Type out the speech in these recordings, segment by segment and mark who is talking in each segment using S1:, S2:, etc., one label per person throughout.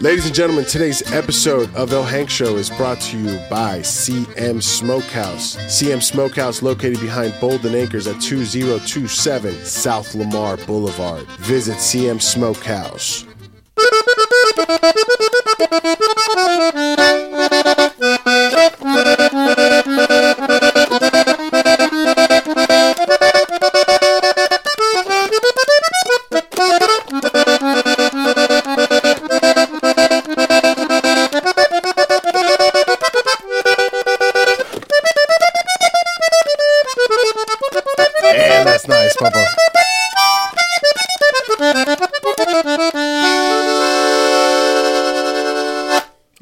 S1: Ladies and gentlemen, today's episode of El Hank Show is brought to you by CM Smokehouse. CM Smokehouse, located behind Bolden Acres at 2027 South Lamar Boulevard. Visit CM Smokehouse. And that's nice, Papa.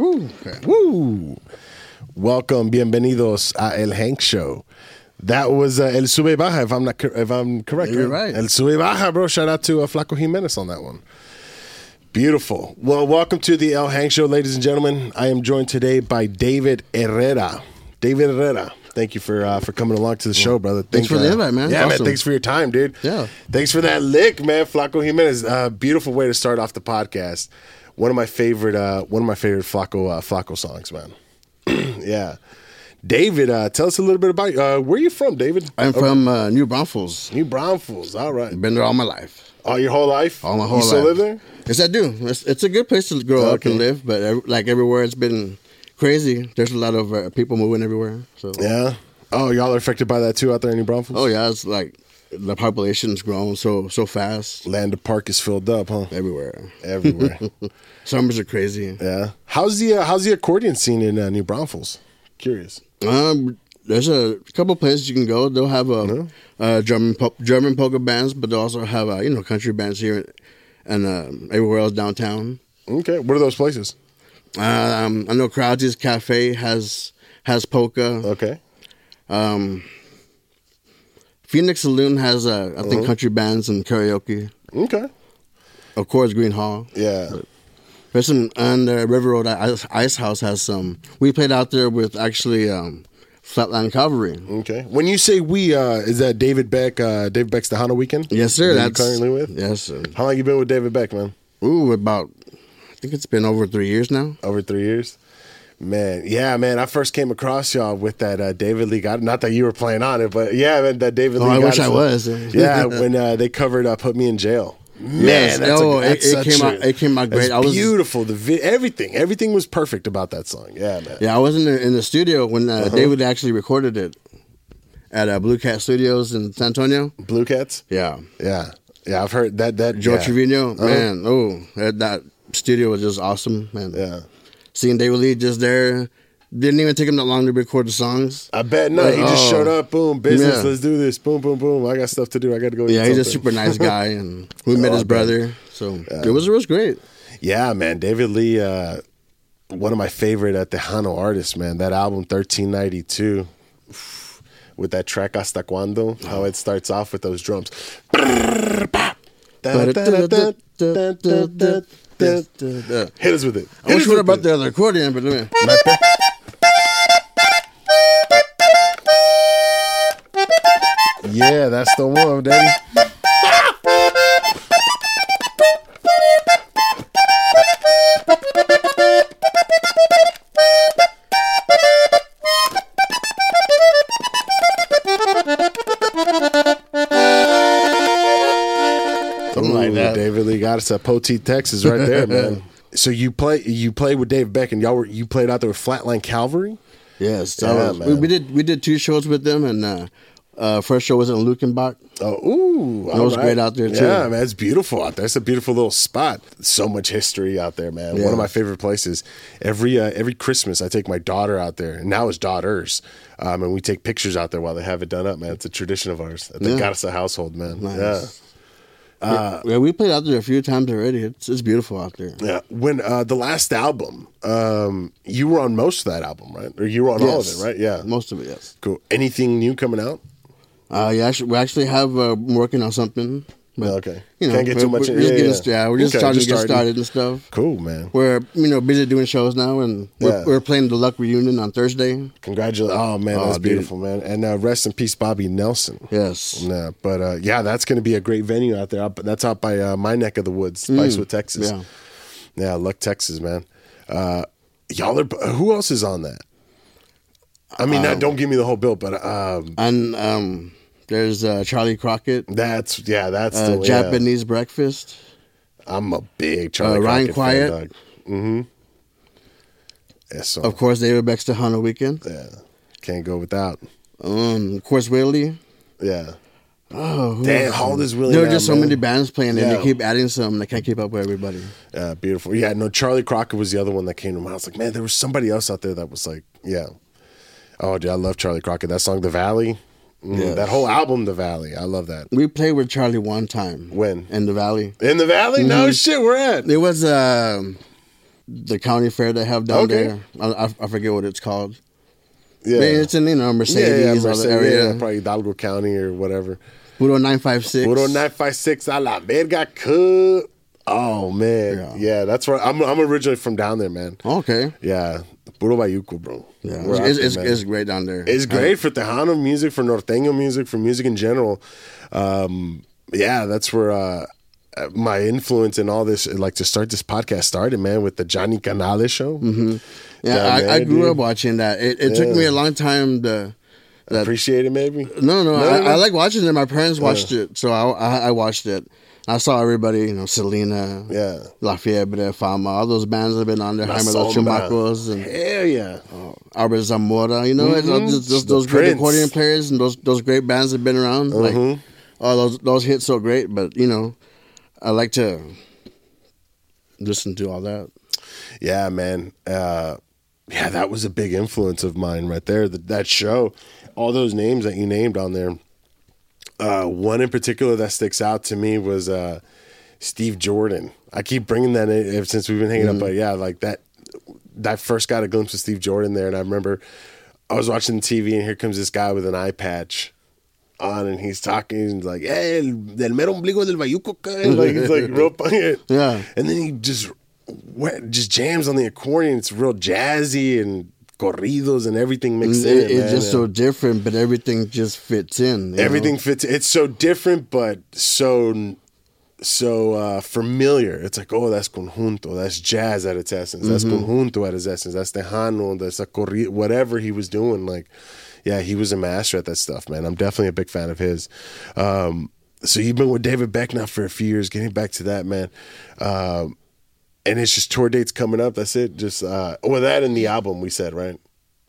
S1: Ooh, Ooh. Welcome, bienvenidos a El Hank Show. That was uh, El Sube Baja, if I'm not cor- if I'm correct.
S2: You're
S1: right?
S2: right.
S1: El Sube Baja, bro. Shout out to uh, Flaco Jimenez on that one. Beautiful. Well, welcome to the El Hank Show, ladies and gentlemen. I am joined today by David Herrera. David Herrera, thank you for uh, for coming along to the show, brother.
S2: Thanks for
S1: uh,
S2: the invite, man.
S1: Yeah, man.
S2: Awesome.
S1: Thanks for your time, dude.
S2: Yeah.
S1: Thanks for that lick, man. Flaco Jimenez. Uh, beautiful way to start off the podcast. One of my favorite, uh, one of my favorite Flaco uh, Flaco songs, man. yeah. David, uh, tell us a little bit about uh, where you from, David.
S2: I'm from uh, New Braunfels.
S1: New Brownfools. All right.
S2: Been there all my life.
S1: All your whole life.
S2: All my whole
S1: You still
S2: life.
S1: live there?
S2: Yes, I do. It's, it's a good place to grow up
S1: Okay.
S2: and live, but ev- like everywhere, it's been crazy. There's a lot of uh, people moving everywhere. So
S1: Yeah. Oh, y'all are affected by that too out there in New Braunfels.
S2: oh yeah, it's like the population's grown so so fast
S1: Land of Park is filled up, huh?
S2: everywhere.
S1: Everywhere.
S2: Summers are crazy.
S1: yeah. How's the uh, How's the accordion scene in uh, New Braunfels? Curious.
S2: Um, there's a couple places you can go. They'll have a,
S1: Uh-huh.
S2: uh, German po- German polka bands, but they will also have uh, you know country bands here and um, everywhere else downtown.
S1: Okay. What are those places?
S2: Um, I know Crowdy's Cafe has has polka.
S1: Okay.
S2: Um, Phoenix Saloon has uh, I think
S1: Mm-hmm.
S2: country bands and karaoke.
S1: Okay.
S2: Of course, Green Hall.
S1: Yeah.
S2: There's some on the River Road Ice, Ice House has some. We played out there with actually um, Flatland Cavalry.
S1: Okay. When you say we, uh, is that David Beck? Uh, David Beck's the Hana Weekend.
S2: Yes,
S1: That
S2: sir.
S1: you're
S2: that's
S1: currently with.
S2: Yes, sir.
S1: How long you been with David Beck, man?
S2: Ooh, about I think it's been over three years now.
S1: Over three years. Man, yeah, man. I first came across y'all with that uh, David Lee. God, not that you were playing on it, but yeah, man, that David
S2: Oh,
S1: Lee.
S2: I wish
S1: Goddess-
S2: I was.
S1: yeah, when uh, they covered uh, "Put Me in Jail." Man,
S2: Yes,
S1: that's a-
S2: no, it-
S1: that's
S2: it
S1: such
S2: came
S1: a-
S2: out- it came out
S1: that's
S2: great. I was-
S1: beautiful. The vi- everything, everything was perfect about that song. Yeah, man.
S2: Yeah, I was in the, in the studio when uh,
S1: Uh-huh.
S2: David actually recorded it at uh, Blue Cat Studios in San Antonio.
S1: Blue Cats.
S2: Yeah,
S1: Yeah, yeah. I've heard that. That
S2: Joe
S1: yeah. Uh-huh.
S2: Trevino, man, oh, that, that studio was just awesome, man.
S1: Yeah.
S2: Seeing David Lee just there didn't even take him that long to record the songs.
S1: I bet not.
S2: Like,
S1: he just
S2: oh.
S1: showed up. Boom, business.
S2: Yeah.
S1: Let's do this. Boom, boom, boom. I got stuff to do. I got to go. eat
S2: Yeah, he's a
S1: something.
S2: super nice guy, and we met
S1: Oh, I
S2: his
S1: bet.
S2: brother, so it was it was great.
S1: Yeah, man. David Lee, uh, one of my favorite at the Hano artists, man. That album, 1392, with that track Hasta Cuando, how it starts off with those drums. Hit us with it.
S2: I wish we would have brought the other accordion, but let me.
S1: Yeah, that's the one, Daddy.
S2: Something like
S1: Ooh,
S2: that.
S1: David Lee got us at Poteet, Texas, right there, man. So you play, you play with Dave Beck, and y'all were you played out there with Flatline Calvary.
S2: Yes, that
S1: Yeah,
S2: was- we,
S1: man.
S2: we did we did two shows with them, and uh, uh, first show was in Lukenbach.
S1: Oh, ooh, that
S2: was great out there, too.
S1: Yeah, man, it's beautiful out there. It's a beautiful little spot. So much history out there, man. One
S2: Yeah.
S1: of my favorite places. Every uh, every Christmas, I take my daughter out there, and now it's daughters, um, and we take pictures out there while they have it done up, man. It's a tradition of ours. They
S2: Yeah.
S1: got us a household, man.
S2: Nice. Uh, yeah, we played out there a few times already. It's, it's beautiful out there.
S1: Yeah, yeah. When uh, the last album, um, you were on most of that album, right? Or you were on all of
S2: Yes.
S1: it, right? Yeah.
S2: most of it. Yes.
S1: Cool. Anything new coming out?
S2: Uh, yeah, actually, we actually have uh, I'm working on something. But,
S1: Okay.
S2: You know,
S1: Can't get
S2: we're-
S1: too much
S2: We're
S1: in-
S2: just
S1: yeah,
S2: getting,
S1: yeah.
S2: st- yeah, we're just
S1: Okay,
S2: starting
S1: just
S2: to get
S1: starting.
S2: started and stuff.
S1: Cool, man.
S2: We're you know busy doing shows now, and we're,
S1: Yeah.
S2: we're playing the Luck reunion on Thursday.
S1: Congratulations. Oh, man,
S2: Oh,
S1: that's
S2: dude.
S1: beautiful, man. And uh, rest in peace, Bobby Nelson.
S2: Yes.
S1: Yeah, but uh, yeah, that's going to be a great venue out there. Up- That's out by uh, my neck of the woods, Spicewood, Texas.
S2: Mm. Yeah.
S1: Yeah, Luck Texas, man. Uh, y'all are. Who else is on that? I mean,
S2: Um,
S1: not, don't give me the whole bill, but um,
S2: And um, there's uh, Charlie Crockett,
S1: that's yeah, that's
S2: uh,
S1: the yeah.
S2: Japanese Breakfast.
S1: I'm a big Charlie
S2: Uh, Ryan
S1: Crockett
S2: Quiet.
S1: Mm-hmm. That's so,
S2: Of course, David Baxter Hunter Weekend.
S1: yeah, can't go without.
S2: Um, of course, Willie.
S1: Yeah,
S2: Oh, who
S1: Damn,
S2: else?
S1: how old is Willie
S2: There are
S1: now,
S2: just so
S1: man?
S2: many bands playing, and
S1: Yeah.
S2: they keep adding some. and I can't keep up with everybody.
S1: uh, beautiful. Yeah, no, Charlie Crockett was the other one that came to mind. I was like, man, there was somebody else out there that was like, yeah. Oh, dude, I love Charlie Crockett. That song, The Valley. Mm,
S2: Yes.
S1: That whole album, The Valley. I love that.
S2: We played with Charlie one time.
S1: When?
S2: in the Valley,
S1: In the Valley?
S2: Mm-hmm.
S1: No shit, we're at.
S2: it was um, the county fair they have down
S1: Okay.
S2: there. I, I- I forget what it's called.
S1: Yeah.
S2: Man, It's in you know
S1: yeah,
S2: Mercedes
S1: yeah,
S2: or
S1: Merced-
S2: the
S1: yeah,
S2: area.
S1: probably Hidalgo County or whatever.
S2: Puro nine five six.
S1: Puro 956 a la verga, cut. Oh, man. Yeah,
S2: Yeah.
S1: that's right. I'm, I'm originally from down there, man.
S2: Okay.
S1: Yeah. Puro Bayuco, bro.
S2: Yeah,
S1: We're out
S2: it's,
S1: there,
S2: it's,
S1: man.
S2: it's great down there.
S1: It's great for Tejano music, for Norteño music, for music in general. Um, yeah, that's where uh, my influence in all this, like to start this podcast, started, man, with the Johnny Canales show. Mm-hmm.
S2: Yeah,
S1: down
S2: I, I
S1: there,
S2: grew
S1: dude.
S2: up watching that. It, it took me a long time to. That,
S1: Appreciate it, maybe.
S2: no, no,
S1: No,
S2: I,
S1: no, no.
S2: I like watching it. My parents watched it, so I, I, I watched it. I saw everybody, you know, Selena,
S1: Yeah.
S2: La Fiebre, Fama, all those bands have been on there, Jaime Los
S1: Sombra.
S2: Chumacos, and
S1: Hell yeah.
S2: Albert Zamora. You know, it's all just, just
S1: Mm-hmm. The
S2: those great
S1: Prince. Mm-hmm.
S2: accordion players and those those great bands have been around. Like, oh, those those hits so great, but you know, I like to listen to all that.
S1: Yeah, man. Uh, yeah, that was a big influence of mine right there. That, that show, all those names that you named on there. Uh, one in particular that sticks out to me was uh, Steve Jordan. I keep bringing that in ever since we've been hanging out, but yeah, like that. I first got a glimpse of Steve Jordan there, and I remember I was watching the TV, and here comes this guy with an eye patch on, and he's talking, and he's like, "Hey, el, del mero ombligo del bayuco," ca-" like he's like real funny.
S2: Yeah.
S1: And then he just wet, just jams on the accordion. It's real jazzy and corridos and everything mixed in.
S2: It-
S1: It,
S2: it's
S1: man.
S2: just
S1: And
S2: so different, but everything just fits in. you know?
S1: everything fits. It's so different, but so so uh, familiar. It's like, oh, that's conjunto. That's jazz at its essence. That's
S2: Mm-hmm.
S1: conjunto at its essence. That's tejano. That's a corrido. Whatever he was doing, like, yeah, he was a master at that stuff, man. I'm definitely a big fan of his. Um, so you've been with David Beck now for a few years. Getting back to that, man. Um, and it's just tour dates coming up. That's it. Just uh, well, that and the album we said, right?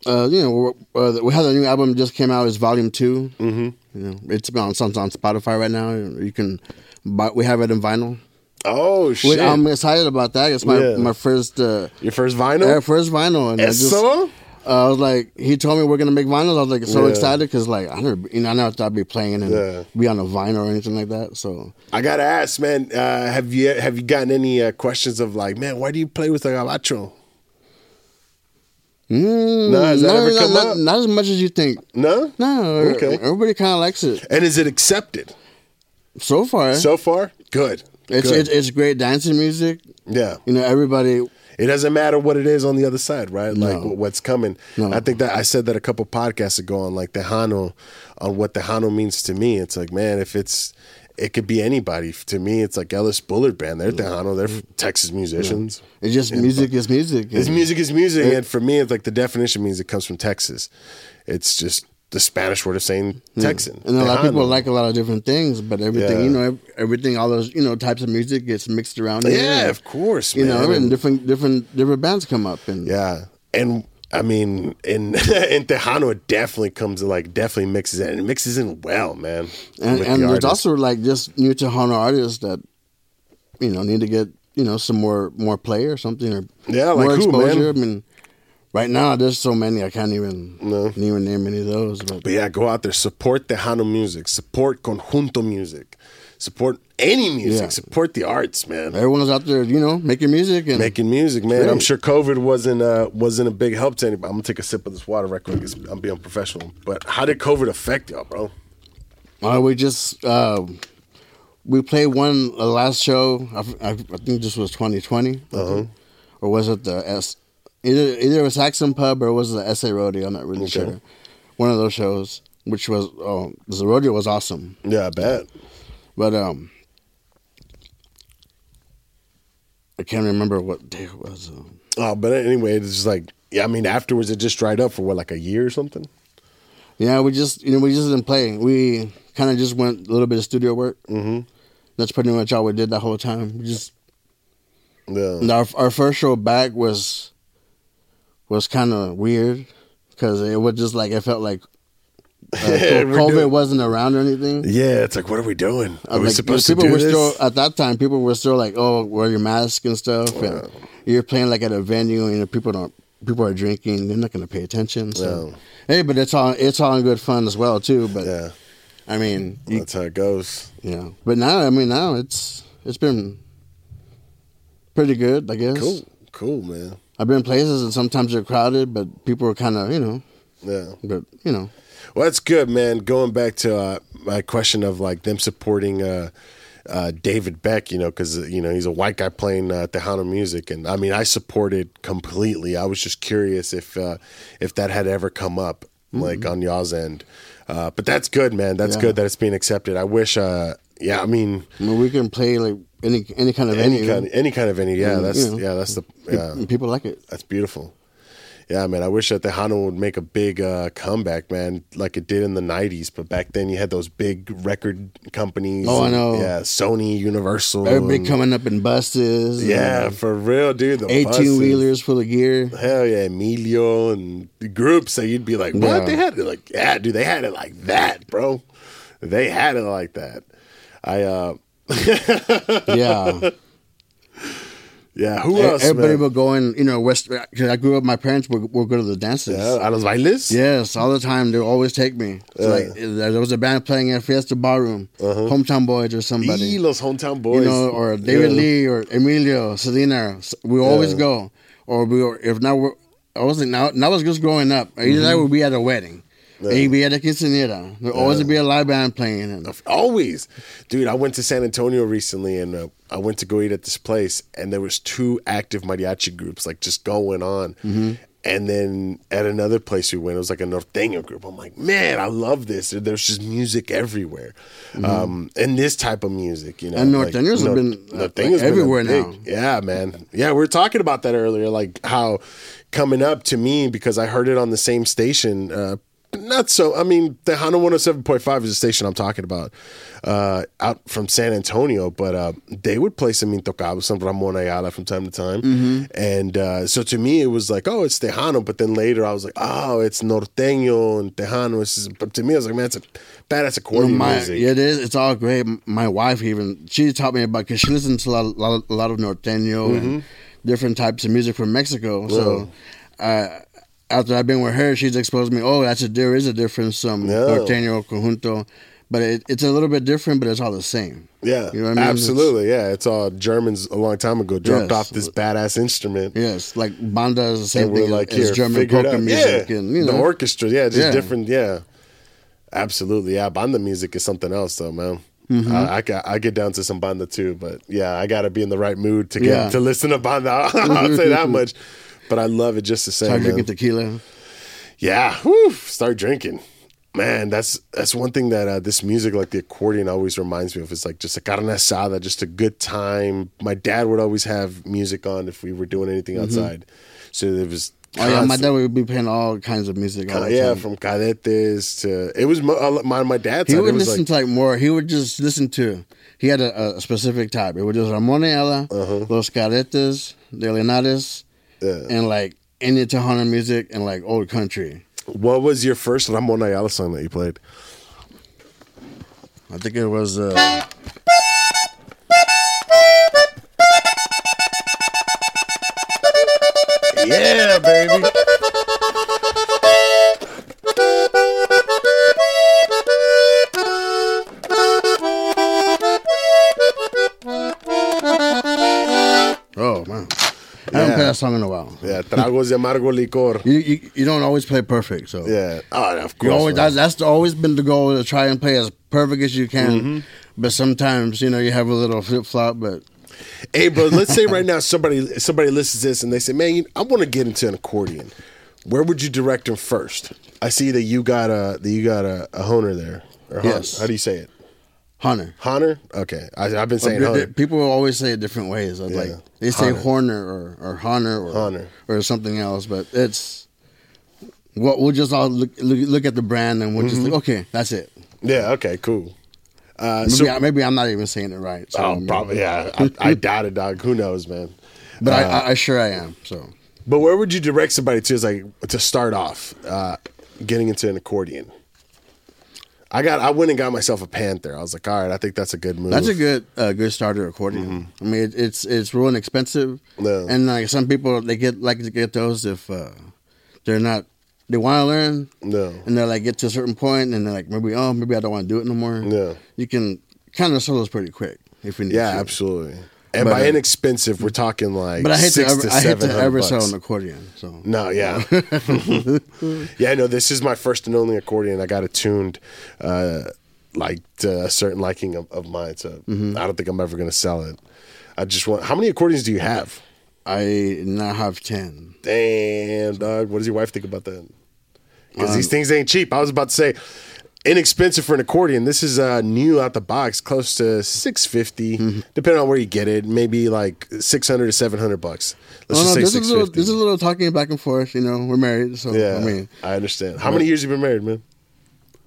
S2: Uh, you know, we're, uh, we had a new album just came out. It's Volume 2 Mm-hmm. You know, it's been on it's on Spotify right now. You can, buy, we have it in vinyl.
S1: Oh
S2: Which
S1: shit!
S2: I'm excited about that. It's my
S1: Yeah.
S2: my first uh,
S1: Your first vinyl.
S2: yeah, first vinyl, and I just-
S1: Eso?
S2: uh, I was like, he told me we're gonna make vinyls. I was like so
S1: Yeah.
S2: excited because like I never, you know, I never thought I'd be playing and
S1: Yeah.
S2: be on a vinyl or anything like that. So
S1: I gotta ask, man. Uh, have you have you gotten any uh, questions of like, man, why do you play with the gabacho?
S2: mm,
S1: No, has that ever come
S2: not,
S1: up?
S2: not as much as you think.
S1: No,
S2: No,
S1: Okay.
S2: everybody kind of likes it
S1: and is it accepted
S2: so far.
S1: so far? Good.
S2: it's,
S1: Good.
S2: it's it's great dancing music.
S1: yeah.
S2: You know, everybody.
S1: It doesn't matter what it is on the other side, right? Like
S2: No.
S1: wh- what's coming.
S2: No.
S1: I think that I said that a couple podcasts ago on like the Hano, on what the Hano means to me. It's like, man, if it's, it could be anybody. To me, it's like Ellis Bullard Band. They're Tejano. They're f- Texas musicians.
S2: It's just music is music.
S1: His
S2: and
S1: music is music, and for me, it's like the definition means it comes from Texas. It's just the Spanish word of saying Texan.
S2: Hmm. and a lot of people
S1: Tejano.
S2: like a lot of different things, but everything
S1: Yeah.
S2: you know, ev- everything, all those you know types of music gets mixed around.
S1: yeah,
S2: here, and,
S1: of course,
S2: You
S1: man.
S2: know, and
S1: And-
S2: different different different bands come up, and
S1: yeah, and I mean, in in Tejano, it definitely comes like definitely mixes in, and it mixes in well, man.
S2: and,
S1: with
S2: and
S1: the
S2: there's
S1: artist.
S2: also like just new Tejano artists that you know need to get you know some more more play or something or
S1: Yeah, like
S2: more
S1: who, man?
S2: exposure. I mean, right now there's so many I can't even
S1: No.
S2: can't even name any of those. But,
S1: But yeah, go out there, support Tejano music, support conjunto music, support any music,
S2: Yeah.
S1: support the arts, man.
S2: everyone's out there, you know, making music and
S1: making music, man.
S2: Great.
S1: I'm sure COVID wasn't uh, wasn't a big help to anybody. I'm gonna take a sip of this water right quick. It's- I'm being professional, but how did COVID affect y'all, bro?
S2: uh, we just uh, we played one uh, last show. I, f- I- I think this was 2020, or was it the S? Either either it was Saxon Pub or it was the SA Rodeo. I'm not really sure. One of those shows, which was oh, the rodeo was awesome. um,
S1: Yeah, I bet.
S2: But um, I can't remember what day it was. uh,
S1: Oh, but anyway, it's just like yeah. I mean, afterwards it just dried up for what like a year or something.
S2: Yeah, we just you know we just didn't play. We kind of just went a little bit of studio work. Mm-hmm. That's pretty much all we did the whole time. We just
S1: Yeah.
S2: and our our first show back was was kind of weird because it was just like it felt like uh,
S1: We're
S2: COVID
S1: doing-
S2: wasn't around or anything.
S1: Yeah, it's like what are we doing? Are
S2: I'm
S1: we
S2: like,
S1: supposed to
S2: people
S1: do
S2: were
S1: this?
S2: still at that time. People were still like, "Oh, wear your mask and stuff." and you're playing like at a venue, and you know, people don't. People are drinking. They're not going to pay attention. So,
S1: No.
S2: hey, but it's all it's all in good fun as well too. But
S1: yeah,
S2: I mean, you,
S1: that's how it goes.
S2: you know. But now, I mean, now it's it's been pretty good, I guess.
S1: Cool, cool, man.
S2: I've been places and sometimes they're crowded, but people are kind of you know,
S1: Yeah.
S2: but you know,
S1: Well, that's good, man. Going back to uh, my question of like them supporting uh, uh, David Beck, you know, because you know he's a white guy playing uh, Tejano music, and I mean, I supported completely. I was just curious if uh, if that had ever come up, like on y'all's end. Uh, but that's good, man. That's
S2: Yeah.
S1: good that it's being accepted. I wish. Uh, yeah, I mean,
S2: I mean, we can play like any any kind of
S1: any
S2: venue,
S1: kind, any kind of venue. Yeah,
S2: Mm,
S1: that's
S2: yeah.
S1: yeah, that's the yeah.
S2: and people like it.
S1: That's beautiful. Yeah, man. I wish that the Tejano would make a big uh, comeback, man, like it did in the '90s. But back then, you had those big record companies.
S2: Oh, I
S1: and-
S2: know.
S1: Yeah, Sony, Universal.
S2: Everybody
S1: and-
S2: coming up in buses. and
S1: Yeah, for real, dude. The buses.
S2: eighteen wheelers full of gear.
S1: Hell yeah, Emilio and the groups that you'd be like, what
S2: Yeah.
S1: they had it like, yeah, dude, they had it like that, bro. They had it like that. I uh,
S2: Yeah,
S1: yeah. Who else?
S2: E-, everybody
S1: man?
S2: would go in. You know, West. Cause I grew up. My parents would, would go to the dances.
S1: Yeah, a los bailes.
S2: Yes, all the time. They would always take me. It's like uh, there was a band playing at Fiesta Ballroom,
S1: Uh-huh.
S2: Hometown Boys or somebody.
S1: Y E, los hometown boys.
S2: you know, or David
S1: Yeah.
S2: Lee or Emilio Selena. S- We always go, or we were, if not, we're, I wasn't now. Now I was just growing up. Either that
S1: Mm-hmm.
S2: would be at a wedding, and you'd be at a quinceanera. There would always be a live band playing. And,
S1: Always, dude. I went to San Antonio recently, and uh, I went to go eat at this place, and there was two active mariachi groups like just going on.
S2: Mm-hmm.
S1: And then at another place we went, it was like a norteño group. I'm like, man, I love this. There's just music everywhere, um, and this type of music, you know.
S2: Mm-hmm. And
S1: like,
S2: norteños have been,
S1: norteños
S2: uh, like,
S1: been a
S2: everywhere
S1: big-
S2: now.
S1: yeah, man. Yeah, we were talking about that earlier, like how coming up to me because I heard it on the same station. Uh, not so. I mean, the oh Hana 107.5 is the station I'm talking about uh, out from San Antonio, but uh, they would play some Intocable, some Ramon Ayala from time to time.
S2: Mm-hmm.
S1: And uh, so to me, it was like, oh, it's Tejano. But then later I was like, oh, it's Norteño and Tejano. It's just, but to me, I was like, man, it's a badass accordion
S2: my,
S1: music.
S2: yeah, it is. It's all great. M- My wife even she taught me about because she listens to a lot, a lot, a lot of norteño
S1: Mm-hmm.
S2: and different types of music from Mexico. So, uh, after I've been with her, she's exposed me. Oh, that's a there is a difference. Some
S1: Yeah.
S2: norteño conjunto, but it, it's a little bit different, but it's all the same.
S1: Yeah,
S2: You know what I mean?
S1: absolutely. yeah, it's all Germans a long time ago dropped
S2: Yes.
S1: off this badass instrument.
S2: Yes, like banda is the same
S1: And we're
S2: thing
S1: like,
S2: as
S1: here,
S2: German
S1: figure it out.
S2: polka music,
S1: yeah.
S2: and you know,
S1: the orchestra. Yeah, just
S2: Yeah.
S1: different. Yeah, absolutely. Yeah, banda music is something else, though, man.
S2: Mm-hmm.
S1: I, I ca- I get down to some banda too, but yeah, I got to be in the right mood to get
S2: Yeah. Mm-hmm.
S1: to listen to banda. I'll say that much. But I love it just the same.
S2: start
S1: man.
S2: drinking tequila. Oh,
S1: Yeah, whew, start drinking. Man, that's that's one thing that uh, this music, like the accordion, always reminds me of. It's like just a carne asada, just a good time. My dad would always have music on if we were doing anything outside. So it was.
S2: Mm-hmm. Oh yeah, my
S1: constant-
S2: dad would be playing all kinds of music. All the
S1: yeah,
S2: time.
S1: from cadetes to it was mo- uh, my my dad's.
S2: He
S1: side, it
S2: would
S1: was
S2: listen
S1: like,
S2: to like more. He would just listen to. He had a, a specific type. It was just Ramon Ayala, Los Cadetes, De Linares,
S1: Uh-huh. Yeah.
S2: and like any Tejano music and like old country.
S1: what was your first Ramon Ayala song that you played?
S2: I think it was. Uh,
S1: Yeah, baby.
S2: oh man, I haven't played that song in a while.
S1: Yeah, tragos de amargo licor.
S2: You, you you don't always play perfect, so
S1: Yeah, oh, of course.
S2: you always
S1: man.
S2: that's, that's always been the goal to try and play as perfect as you can.
S1: Mm-hmm.
S2: But sometimes you know you have a little flip flop, but
S1: Hey, bro, let's say right now somebody somebody listens to this and they say, "Man, you- I want to get into an accordion. Where would you direct them first? I see that you got a that you got a, a honer there. Or hon-
S2: Yes.
S1: How do you say it?
S2: Hunter.
S1: Honor? Okay. I, I've been saying
S2: But
S1: Hunter.
S2: the- People always say it different ways. Like
S1: Yeah.
S2: they say
S1: Hunter.
S2: Horner or or Hunter or
S1: Hunter.
S2: or something else, but it's we'll, we'll just all look, look look at the brand and we'll just
S1: Mm-hmm.
S2: think, okay, that's it.
S1: Yeah, okay, cool. Uh,
S2: Maybe,
S1: so,
S2: I, maybe I'm not even saying it right. So,
S1: oh, probably, yeah. Uh, I, I doubt it, dog. Who knows, man?
S2: But I, I, I sure I am. So
S1: But where would you direct somebody to, is like, to start off uh, getting into an accordion? I got. I went and got myself a Panther. I was like, all right, I think that's a good move.
S2: that's a good uh, good starter accordion. I mean, it, it's it's real inexpensive,
S1: Mm-hmm. Yeah.
S2: and like some people they get like to get those if uh, they're not they want to learn
S1: no.
S2: and they like get to a certain point and they're like maybe oh maybe I don't want to do it no more.
S1: Yeah.
S2: you can kind of sell those pretty quick if you need.
S1: Yeah,
S2: to.
S1: absolutely. And
S2: But,
S1: by
S2: uh,
S1: inexpensive, we're talking like
S2: But I hate to
S1: six
S2: ever,
S1: to
S2: I hate
S1: seven
S2: to
S1: hundred
S2: ever
S1: bucks.
S2: sell an accordion. So
S1: No, yeah. yeah, no, this is my first and only accordion. I got it tuned uh, like to a certain liking of, of mine. So
S2: Mm-hmm.
S1: I don't think I'm ever going to sell it. I just want, how many accordions do you have?
S2: I now have ten.
S1: Damn, dog. What does your wife think about that? Because
S2: Um,
S1: these things ain't cheap. I was about to say, inexpensive for an accordion. This is uh, new out the box, close to six
S2: Mm-hmm.
S1: depending on where you get it. Maybe like six hundred to seven hundred bucks. Let's
S2: Oh no,
S1: just
S2: this
S1: say six
S2: is a little, this is
S1: fifty.
S2: a little talking back and forth. You know, we're married, so
S1: Yeah,
S2: I mean,
S1: understand. How many years you been married, man?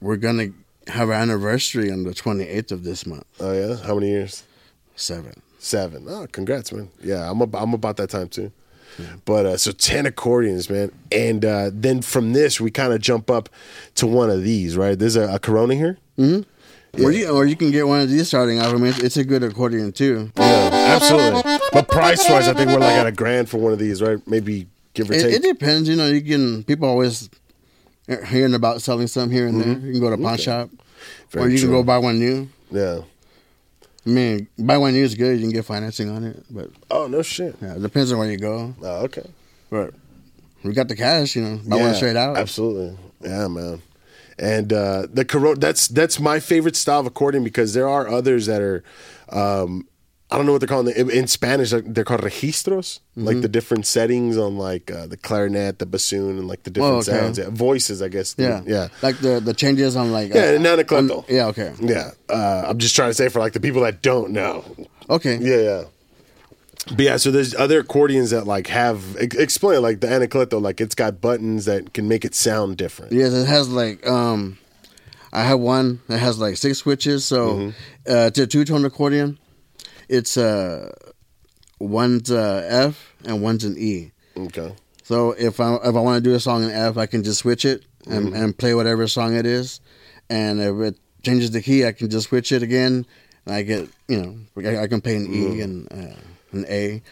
S2: we're gonna have our anniversary on the twenty eighth of this month.
S1: Oh yeah, how many years?
S2: Seven.
S1: Seven. Oh, congrats, man. Yeah, I'm ab- I'm about that time too.
S2: Mm-hmm.
S1: But uh, so ten accordions, man, and uh, then from this we kind of jump up to one of these, right? There's a, a Corona here.
S2: Or you or you can get one of these starting off. I mean, it's, it's a good accordion too.
S1: Yeah, absolutely. But price wise, I think we're like at a grand for one of these, right? Maybe give or
S2: It,
S1: take.
S2: it depends. You know, you can people always are hearing about selling some here and there. You can go to a pawn shop,
S1: Mm-hmm. Very
S2: or you
S1: true.
S2: can go buy one new.
S1: yeah.
S2: I mean, buy one new is good. You can get financing on it, but
S1: Oh no shit.
S2: yeah, it depends on where you go.
S1: Oh okay.
S2: But we got the cash, you know. Buy
S1: yeah,
S2: one straight out.
S1: Absolutely. Yeah, man. And uh, the Corona. That's that's my favorite style of accordion because there are others that are. Um, I don't know what they're calling them. In- In Spanish, they're- they're called registros,
S2: Mm-hmm.
S1: like the different settings on like uh, the clarinet, the bassoon, and like the different
S2: Oh, okay.
S1: sounds. Yeah, voices, I guess.
S2: Yeah,
S1: yeah.
S2: Like the the changes on like uh,
S1: Yeah, not a
S2: on-
S1: klepto.
S2: Yeah, okay,
S1: Yeah, uh, I'm just trying to say for like the people that don't know.
S2: okay.
S1: Yeah, yeah. But yeah, so there's other accordions that like have ex- explain like the Anacleto, like it's got buttons that can make it sound different.
S2: Yes, it has like um, I have one that has like six switches. So uh, it's a two tone accordion. It's uh, one's uh, F and one's an E.
S1: Okay.
S2: So if I if I want to do a song in F, I can just switch it and, and play whatever song it is, and if it changes the key, I can just switch it again, and I get you know I, I can play an E and uh, an A,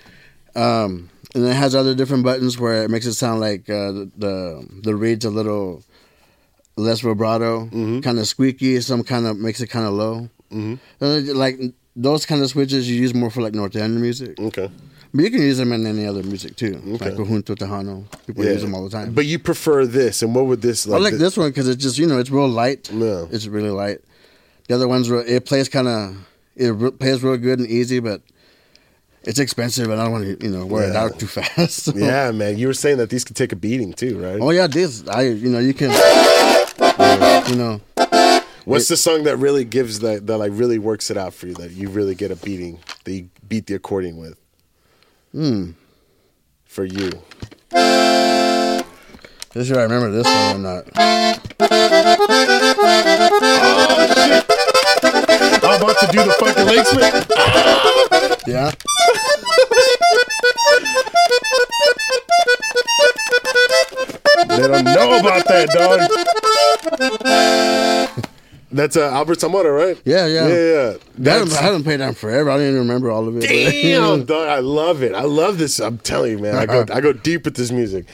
S2: um, and it has other different buttons where it makes it sound like uh, the, the the reed's a little less vibrato, kind of squeaky, some kind of makes it kind of low, mm-hmm. like those kind of switches you use more for like north end music.
S1: Okay.
S2: But you can use them in any other music too, like Junto Tejano. People use them all the time.
S1: But you prefer this, and what would this
S2: I
S1: like?
S2: like
S1: thi-
S2: this one because it's just you know it's real light.
S1: Yeah.
S2: It's really light. The other ones were it plays kind of it re- plays real good and easy, but it's expensive and I don't want to you know wear it
S1: Yeah.
S2: out too fast. So-
S1: Yeah, man. You were saying that these could take a beating too, right?
S2: Oh yeah, this I you know you can you know
S1: What's the song that really gives that that like really works it out for you that you really get a beating that you beat the accordion with? Hmm. For you.
S2: this year I remember this one. I'm not.
S1: I'm about to do the fucking leg spin.
S2: Yeah.
S1: They don't know about that, dog. That's uh, Albert Samora, right?
S2: Yeah, yeah.
S1: Yeah, yeah.
S2: I haven't, I
S1: That's,
S2: haven't played that in forever. I didn't even remember all of it. but-
S1: damn, dog. I love it. I love this. I'm telling you, man. I go, I go deep with this music.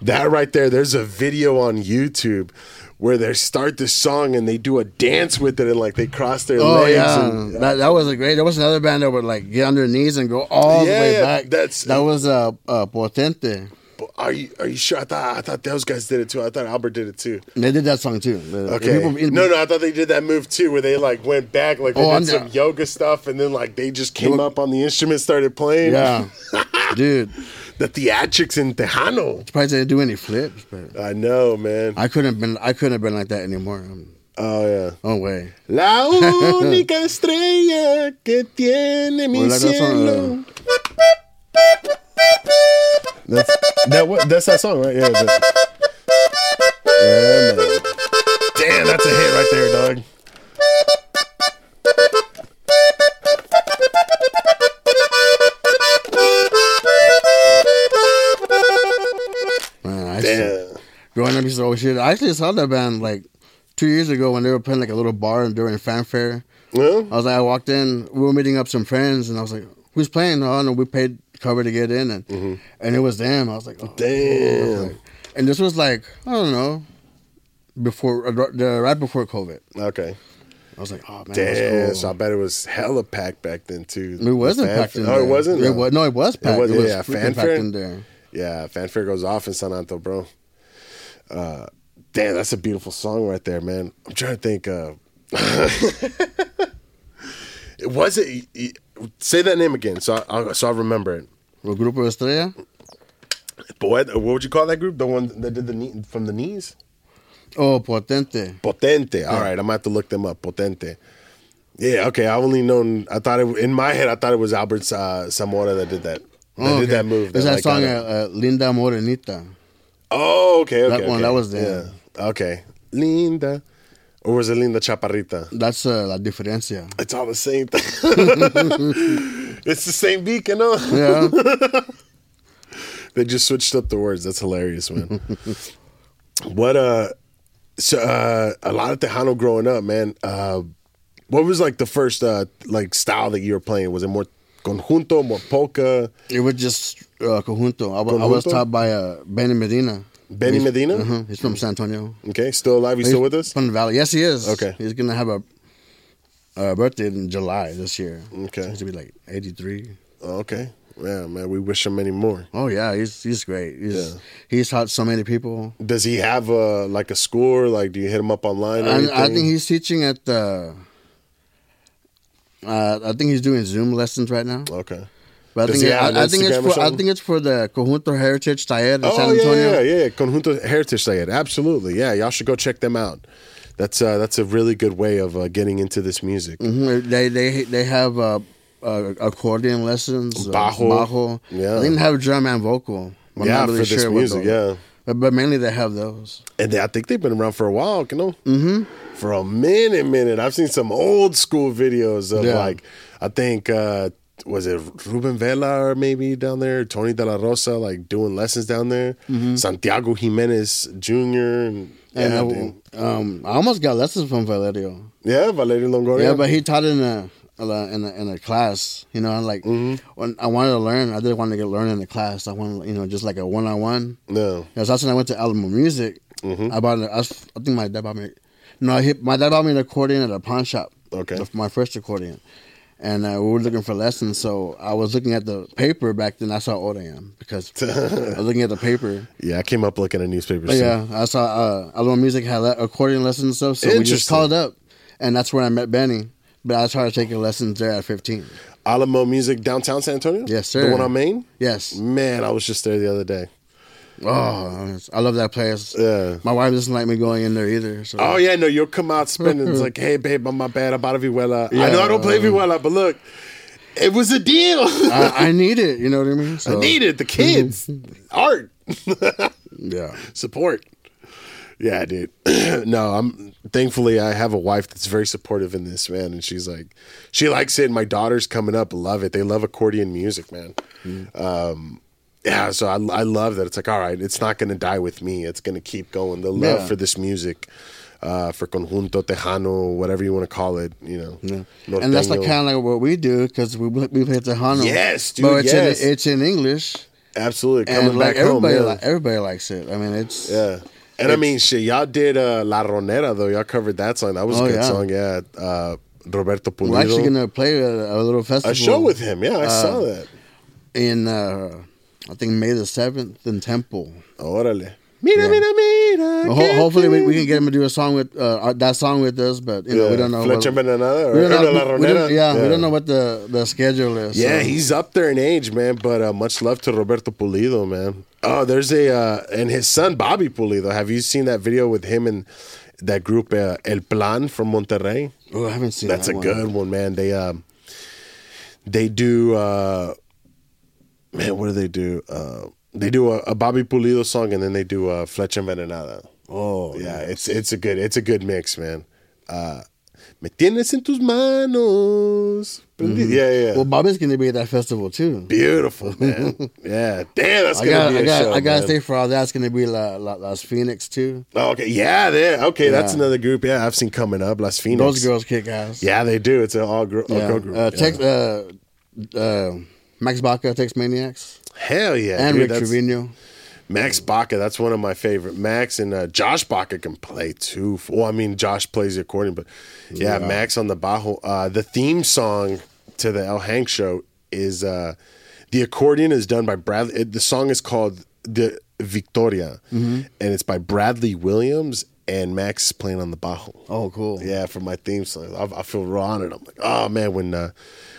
S1: That right there, there's a video on YouTube where they start this song and they do a dance with it and like they cross their
S2: Oh
S1: legs.
S2: yeah,
S1: And, uh,
S2: that, that was a great. There was another band that would like get on their knees and go all
S1: Yeah,
S2: the way
S1: yeah,
S2: back.
S1: that's-
S2: that was uh, uh Potente.
S1: are you are you sure? I thought I thought those guys did it too. I thought Albert did it too.
S2: They did that song too. The-
S1: Okay.
S2: people- in-
S1: no, no, I thought they did that move too, where they like went back, like they
S2: Oh,
S1: did
S2: I'm
S1: some
S2: down.
S1: yoga stuff, and then like they just came
S2: Look-
S1: up on the instrument, started playing.
S2: Yeah, dude,
S1: the theatrics in Tejano.
S2: surprised they didn't do any flips, but
S1: I know, man.
S2: I couldn't have been. I couldn't have been like that anymore. Um,
S1: Oh yeah.
S2: Oh wait.
S1: La única estrella que tiene mi
S2: Well, like that song,
S1: cielo. That's that. What, that's that song, right? Yeah. that- Yeah, man. Damn, that's a hit right there, dog.
S2: Man, I used to-
S1: Damn.
S2: growing up, I used to always hear. I actually saw that band like two years ago when they were playing like a little bar and during fanfare.
S1: Well,
S2: I was like, I walked in, we were meeting up some friends, and I was like, "Who's playing?" Oh, no, we paid cover to get in, and and it was them. I was like, oh,
S1: Mm-hmm. Damn.
S2: cool. And this was like I don't know, before uh, the right before COVID.
S1: okay.
S2: I was like, "Oh man, that's
S1: Damn.
S2: cool."
S1: So I bet it was hella packed back then too.
S2: It wasn't
S1: Fanfare-
S2: packed in
S1: Oh,
S2: there.
S1: it wasn't.
S2: It was, no, it was packed. It
S1: was-
S2: was,
S1: yeah,
S2: freaking
S1: fanfare?
S2: packed in there.
S1: Yeah, fanfare goes off in San Anto, bro. Uh, damn, that's a beautiful song right there, man. I'm trying to think. Uh, it was it. Say that name again, so I, I'll, so I remember it.
S2: El Grupo Estrella?
S1: But what, what would you call that group? The one that did the knee, from the knees?
S2: Oh, Potente.
S1: Potente. All right, I'm gonna have to look them up. Potente. Yeah. Okay. I only known. I thought it in my head. I thought it was Albert uh, Samora that did that. That
S2: Oh,
S1: did that move.
S2: There's that
S1: like,
S2: song,
S1: kinda-
S2: uh, uh, Linda Morenita.
S1: Oh, okay, okay.
S2: That one,
S1: okay.
S2: that was the-
S1: Yeah. Okay. Linda. Or was it Linda Chaparrita?
S2: That's uh, La Diferencia.
S1: It's all the same thing. it's the same beak, you know?
S2: Yeah.
S1: They just switched up the words. That's hilarious, man. what uh so uh a lot of Tejano growing up, man. Uh what was like the first uh like style that you were playing? Was it more conjunto, more polka?
S2: it was just uh, Conjunto. I, wa- I was
S1: Conjunto?
S2: taught by uh, Benny Medina.
S1: Benny
S2: He's-
S1: Medina?
S2: Uh-huh. He's from San Antonio.
S1: Okay, still alive, you still with us?
S2: From the Valley. Yes, he is.
S1: Okay.
S2: He's going to have a, a birthday in July this year.
S1: Okay.
S2: So he's going to be like 83.
S1: Oh, Okay. Yeah, man, we wish him many more.
S2: Oh, yeah. He's he's great. He's,
S1: Yeah.
S2: he's taught so many people.
S1: Does he have uh like a score? Like, do you hit him up online? Or
S2: And I
S1: anything?
S2: think he's teaching at the. Uh, I think he's doing Zoom lessons right now.
S1: okay.
S2: But I
S1: Does
S2: think,
S1: he
S2: it,
S1: have an
S2: I, I think
S1: Instagram or
S2: it's for I
S1: something?
S2: think it's for the Conjunto Heritage Taller in San
S1: Oh yeah,
S2: Antonio.
S1: yeah, yeah, yeah. Conjunto Heritage Sayed. Absolutely, yeah. Y'all should go check them out. That's uh, that's a really good way of uh, getting into this music.
S2: Mhm. They they they have uh, uh, accordion lessons, uh,
S1: Bajo.
S2: bajo.
S1: Yeah.
S2: they didn't have drum and vocal. I'm
S1: Yeah,
S2: not really
S1: for
S2: sure
S1: this
S2: what
S1: music,
S2: those-
S1: yeah.
S2: But, but mainly they have those.
S1: And they, I think they've been around for a while, you know, mm-hmm. for a minute, minute. I've seen some old school videos of
S2: Yeah.
S1: like, I think uh, was it Ruben Vela or maybe down there, Tony De La Rosa, like doing lessons down there, Santiago Jimenez Jr. And,
S2: Mm-hmm. And
S1: yeah,
S2: I,
S1: dude.
S2: um, I almost got lessons from Valerio.
S1: Oh, yeah, Valerio Longoria.
S2: Yeah, but he taught in a in a, in a, in a class. You know, and like
S1: Mm-hmm.
S2: when I wanted to learn, I didn't want to get learn in the class. I wanted, you know, just like a one on one.
S1: no,
S2: Because that's when I went to Alamo Music.
S1: Mm-hmm.
S2: I bought. A, I, was- I think my dad bought me. No, he, my dad bought me an accordion at a pawn shop.
S1: Okay.
S2: The- my first accordion, and uh, we were looking for lessons. So I was looking at the paper back then. I saw old I am because I was looking at the paper.
S1: yeah, I came up looking at newspapers.
S2: But
S1: too.
S2: yeah, I saw uh, Alamo Music had le- accordion lessons and stuff. So we just
S1: Interesting.
S2: called up, and that's where I met Benny. But I started taking lessons there at fifteen.
S1: Alamo Music downtown San Antonio?
S2: Yes, sir.
S1: The one on Main?
S2: Yes.
S1: Man, I was just there the other day.
S2: Oh, I love that place.
S1: Yeah.
S2: My wife doesn't like me going in there either. So.
S1: Oh yeah, no, you'll come out spinning. It's like, hey babe, I'm my bad. I bought a vihuela. I know I don't play
S2: Yeah.
S1: vihuela, but look, it was a deal. I
S2: I, I need it. You know what I mean? So,
S1: need it. The kids, art,
S2: Yeah.
S1: support. Yeah, dude. no, I'm thankfully I have a wife that's very supportive in this, man. And she's like, she likes it. And my daughters coming up love it. They love accordion music, man.
S2: Mm-hmm.
S1: Um, yeah, so I, I love that. It's like, all right, it's not going to die with me. It's going to keep going. The love
S2: Yeah.
S1: for this music, uh, for conjunto tejano, whatever you want to call it, you know.
S2: and that's like
S1: norteño.
S2: kind of like what we do because we we play Tejano.
S1: Yes, dude,
S2: But it's
S1: yes.
S2: in it's in English,
S1: absolutely coming
S2: and like
S1: back home.
S2: everybody
S1: yeah.
S2: li- everybody likes it. I mean, it's
S1: Yeah. And I mean, shit, y'all did uh, La Ronera, though. Y'all covered that song. That was
S2: Oh,
S1: a good
S2: yeah.
S1: song, yeah. Uh, Roberto Pulido.
S2: we're actually gonna uh, play a, a little festival,
S1: a show with him, yeah. I saw that.
S2: in uh, I think May the seventh in Temple.
S1: Órale. Mira,
S2: Yeah.
S1: mira, mira.
S2: Ho-
S1: que
S2: hopefully, we, we
S1: te-
S2: can get him to do a song with uh, our- that song with us, but you know we don't know.
S1: Flecha Envenenada or
S2: we don't know-
S1: or La
S2: we- we
S1: Ronera.
S2: don't- yeah, we don't know what the, the schedule is.
S1: Yeah,
S2: so.
S1: he's up there in age, man. But uh, much love to Roberto Pulido, man. Oh, there's a uh, and his son Bobby Pulido. Have you seen that video with him and that group uh, El Plan from Monterrey.
S2: Oh, I haven't seen
S1: That's
S2: that
S1: a
S2: one.
S1: good one, man. They um, they do uh, man, what do they do? Uh, they do a, a Bobby Pulido song, and then they do a Flecha Envenenada.
S2: Oh,
S1: Yeah, it's it's a good it's a good mix, man. Uh, Me tienes en tus manos. Yeah, yeah.
S2: Mm-hmm. Well, Bobby's going to be at that festival too.
S1: Beautiful, man. yeah, damn, that's
S2: I
S1: gonna
S2: got,
S1: be a
S2: I got,
S1: show.
S2: I got to
S1: man.
S2: stay for all that's going to be La, La, Las Phoenix too.
S1: Oh, okay, yeah, there. Okay, that's
S2: Yeah.
S1: another group. Yeah, I've seen coming up. Las Phoenix.
S2: Those girls kick ass.
S1: Yeah, they do. It's an all girl
S2: Yeah.
S1: girl group.
S2: Uh,
S1: Yeah.
S2: Tex, uh, uh, Max Baca, Tex Maniacs,
S1: Hell yeah,
S2: and
S1: dude,
S2: Rick
S1: that's-
S2: Trevino.
S1: Max Baca, that's one of my favorite. Max and uh, Josh Baca can play too. Well, I mean, Josh plays the accordion, but yeah, Max on the bajo. Uh, the theme song to the El Hank show is uh, the accordion is done by Bradley. It, the song is called the Victoria, and it's by Bradley Williams, and Max is playing on the bajo.
S2: Oh, cool.
S1: Yeah, for my theme song, I, I feel real honored. I'm like, oh man, when uh,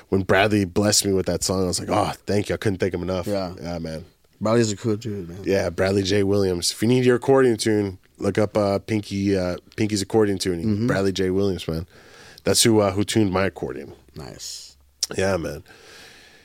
S1: when Bradley blessed me with that song, I was like, oh, thank you. I couldn't thank him enough.
S2: Yeah.
S1: yeah, man.
S2: Bobby's a cool dude, man.
S1: Yeah, Bradley J. Williams. If you need your accordion tune, look up uh, Pinky uh, Pinky's accordion tuning. Bradley J. Williams, man. That's who uh, who tuned my accordion.
S2: Nice.
S1: Yeah, man.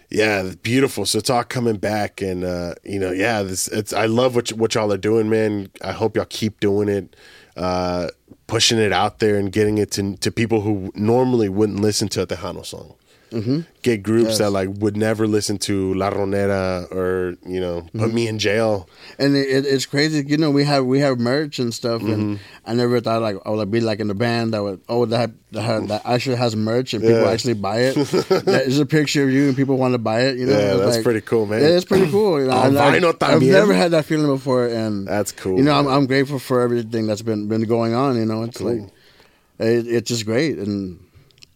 S1: Yeah, beautiful. So it's all coming back, and uh, you know, yeah, this it's. I love what y- what y'all are doing, man. I hope y'all keep doing it, uh, pushing it out there, and getting it to to people who normally wouldn't listen to a Tejano song. Mm-hmm. Get groups that like would never listen to La Ronera or you know, put me in jail.
S2: And it, it, it's crazy, you know. We have we have merch and stuff, and
S1: Mm-hmm.
S2: I never thought like I would be like in a band that would oh that that, that actually has merch and people
S1: Yeah.
S2: actually buy it. There's a picture of you and people want to buy it. You know,
S1: Yeah,
S2: It's
S1: that's pretty cool, man.
S2: Yeah, it's pretty cool. You know,
S1: On
S2: I- I-
S1: vinyl
S2: I've
S1: también.
S2: never had that feeling before, and
S1: That's cool,
S2: You know, I'm,
S1: man.
S2: I'm grateful for everything that's been been going on. You know, it's like it, it's just great, and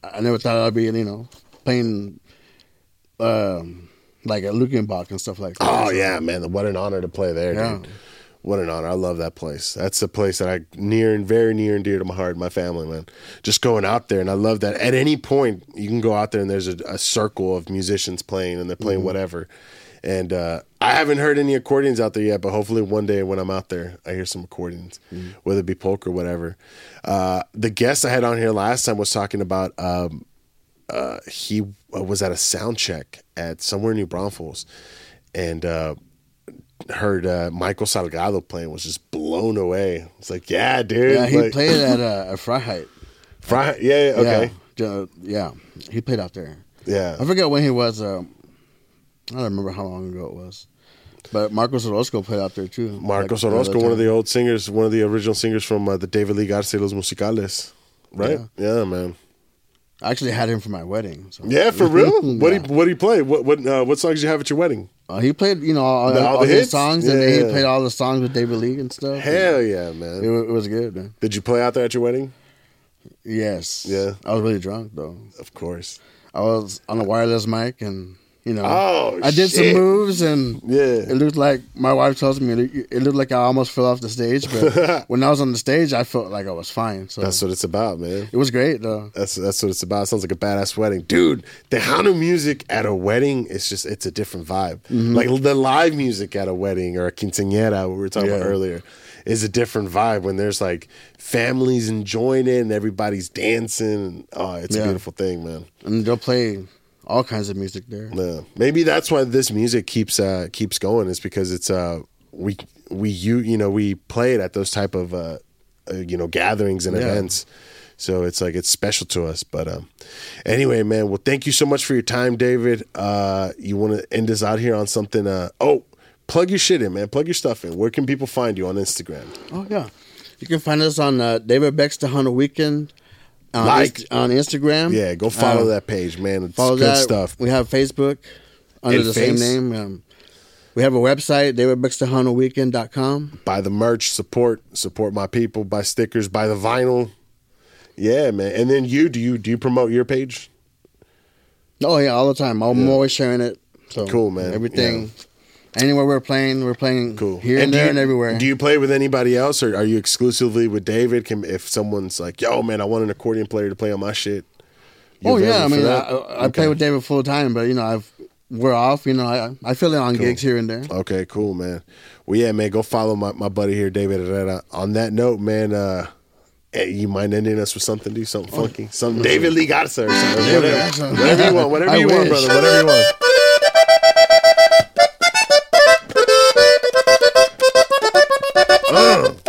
S2: I never thought I'd be you know playing. Um, like at Lukenbach and stuff like that.
S1: Oh yeah, man! What an honor to play there,
S2: Yeah.
S1: dude. What an honor! I love that place. That's a place that I near and very near and dear to my heart, my family, man. Just going out there, and I love that. At any point, you can go out there and there's a, a circle of musicians playing, and they're playing whatever. And uh, I haven't heard any accordions out there yet, but hopefully one day when I'm out there, I hear some accordions, whether it be polka or whatever. Uh, the guest I had on here last time was talking about um, uh, he uh, was at a sound check at somewhere in New Braunfels and uh, heard uh, Michael Salgado playing was just blown away. It's like, yeah, dude.
S2: Yeah, he
S1: like-
S2: played at uh, a Freiheit.
S1: Fri- yeah, yeah, okay.
S2: Yeah, ju- yeah, he played out there.
S1: Yeah.
S2: I forget when he was. Um, I don't remember how long ago it was. But Marcos Orozco played out there too.
S1: Marcos
S2: Like,
S1: Orozco,
S2: another
S1: one of
S2: time.
S1: the old singers, one of the original singers from uh, the David Lee Garce Los Musicales. Right? Yeah, man.
S2: I actually had him for my wedding. So.
S1: Yeah, for real? What
S2: Yeah.
S1: do you, what do you play? What what uh, what songs did you have at your wedding?
S2: Uh, he played, you know, all,
S1: The- all
S2: all
S1: the
S2: his
S1: hits?
S2: songs, and then
S1: Yeah.
S2: he played all the songs with David Lee and stuff.
S1: Hell yeah,
S2: It,
S1: man.
S2: wa- it was good, man.
S1: Did you play out there at your wedding?
S2: Yes.
S1: Yeah.
S2: I was really drunk though.
S1: Of course.
S2: I was on a wireless mic, and you know,
S1: Oh,
S2: I did
S1: shit.
S2: some moves, and
S1: Yeah.
S2: it looked like my wife tells me it it looked like I almost fell off the stage, but when I was on the stage, I felt like I was fine. So
S1: That's what it's about, man.
S2: it was great though.
S1: That's that's what it's about. It sounds like a badass wedding, dude. The Hanu music at a wedding is just it's a different vibe.
S2: Mm-hmm.
S1: Like the live music at a wedding or a quinceañera, what we were talking about
S2: Yeah.
S1: earlier, is a different vibe when there's like families enjoying it and everybody's dancing. Oh, it's a
S2: Yeah.
S1: beautiful thing, man.
S2: And they'll play all kinds of music there.
S1: Yeah. Maybe that's why this music keeps uh keeps going is because it's uh we we you you know we play it at those type of uh, uh you know gatherings and
S2: Yeah.
S1: events. So it's like it's special to us, but um anyway, man, well thank you so much for your time, David. Uh you want to end us out here on something uh oh, plug your shit in, man. Plug your stuff in. Where can people find you on Instagram?
S2: Oh yeah, you can find us on uh, David Beck's The Hunter Weekend on,
S1: Like.
S2: Inst- on Instagram.
S1: Yeah, go follow
S2: Uh,
S1: that page, man. It's
S2: Follow
S1: good
S2: that.
S1: stuff.
S2: We have Facebook under
S1: And
S2: the
S1: Face.
S2: same name. Um, we have a website, davidbeckstahannoweekend.com.
S1: buy the merch, support support my people, buy stickers, buy the vinyl. Yeah, man. And then you do you do you promote your page?
S2: Oh yeah, all the time. I'm always sharing it. So
S1: Cool, man.
S2: Everything, anywhere we're playing, we're playing
S1: Cool.
S2: here and,
S1: do
S2: there
S1: you-
S2: and everywhere.
S1: Do you play with anybody else, or are you exclusively with David? Can if someone's like, "Yo, man, I want an accordion player to play on my shit." you
S2: oh yeah, I
S1: available for
S2: mean, I,
S1: that?
S2: I, I play with David full time, but you know, I've we're off. You know, I I fill in on gigs here and there.
S1: Okay, cool, man. Well, yeah, man, go follow my, my buddy here, David Herrera. On that note, man, uh, eh, you mind ending us with something? Do
S2: Oh.
S1: something funky, something David Lee Gottesser or something. Whatever,
S2: Gottesser.
S1: whatever you want, whatever
S2: I
S1: you want,
S2: wish.
S1: brother, whatever you want. Oh,